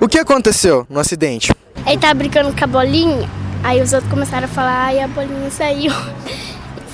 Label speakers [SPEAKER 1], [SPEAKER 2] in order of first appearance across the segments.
[SPEAKER 1] O que aconteceu no acidente?
[SPEAKER 2] Ele tava brincando com a bolinha, aí os outros começaram a falar, ai, a bolinha saiu.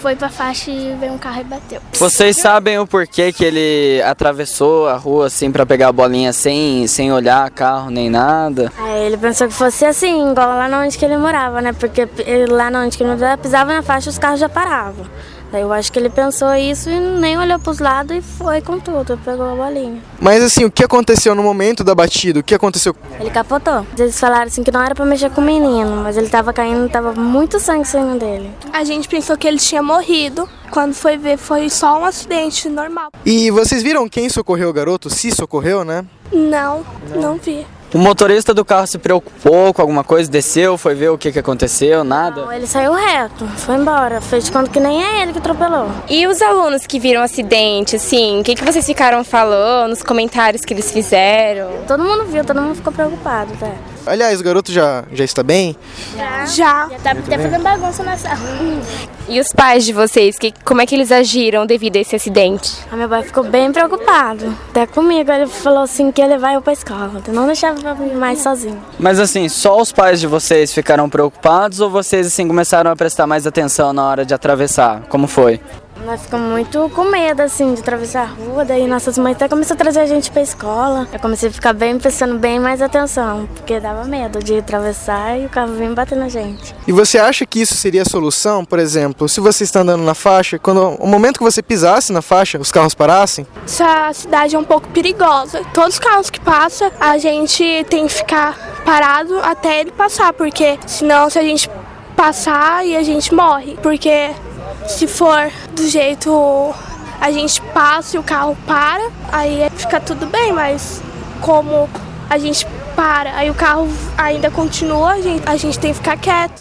[SPEAKER 2] Foi pra faixa e veio um carro e bateu.
[SPEAKER 3] Vocês sabem o porquê que ele atravessou a rua assim para pegar a bolinha sem, sem olhar carro nem nada?
[SPEAKER 4] Aí ele pensou que fosse assim, igual lá onde que ele morava, né? Porque ele- lá onde que ele morava, pisava na faixa os carros já paravam. Daí eu acho que ele pensou isso e nem olhou pros lados e foi com tudo, pegou a bolinha.
[SPEAKER 1] Mas assim, o que aconteceu no momento da batida? O que aconteceu?
[SPEAKER 4] Ele capotou. Eles falaram assim que não era pra mexer com o menino, mas ele tava caindo, tava muito sangue saindo dele.
[SPEAKER 5] A gente pensou que ele tinha morrido. Quando foi ver, foi só um acidente normal.
[SPEAKER 1] E vocês viram quem socorreu o garoto? Se socorreu, né?
[SPEAKER 5] Não, não, vi.
[SPEAKER 3] O motorista do carro se preocupou com alguma coisa, desceu, foi ver o que, que aconteceu, nada?
[SPEAKER 4] Então Ele saiu reto, foi embora, fez de conta que nem é ele que atropelou.
[SPEAKER 6] E os alunos que viram o um acidente, assim, o que, que vocês ficaram falando, os comentários que eles fizeram?
[SPEAKER 4] Todo mundo viu, todo mundo ficou preocupado, né? até.
[SPEAKER 1] Aliás, o garoto já, já está bem?
[SPEAKER 5] Já.
[SPEAKER 2] Já tava tá até fazendo bagunça na sala.
[SPEAKER 6] E os pais de vocês, que, como é que eles agiram devido a esse acidente?
[SPEAKER 4] Aí meu pai ficou bem preocupado. Até comigo, ele falou assim que ele vai eu pra escola. Eu não deixava eu ir mais sozinho.
[SPEAKER 3] Mas assim, só os pais de vocês ficaram preocupados ou vocês assim começaram a prestar mais atenção na hora de atravessar? Como foi?
[SPEAKER 4] Nós ficamos muito com medo, assim, de atravessar a rua. Daí nossas mães até começaram a trazer a gente pra escola. Eu comecei a ficar bem, prestando bem mais atenção. Porque dava medo de atravessar e o carro vinha bater na gente.
[SPEAKER 1] E você acha que isso seria a solução? Por exemplo, se você está andando na faixa, quando o momento que você pisasse na faixa, os carros parassem?
[SPEAKER 5] Essa cidade é um pouco perigosa. Todos os carros que passam, a gente tem que ficar parado até ele passar, porque senão se a gente passar e a gente morre. Porque se for do jeito a gente passa e o carro para, aí fica tudo bem, mas como a gente para, aí o carro ainda continua, a gente, a gente tem que ficar quieto.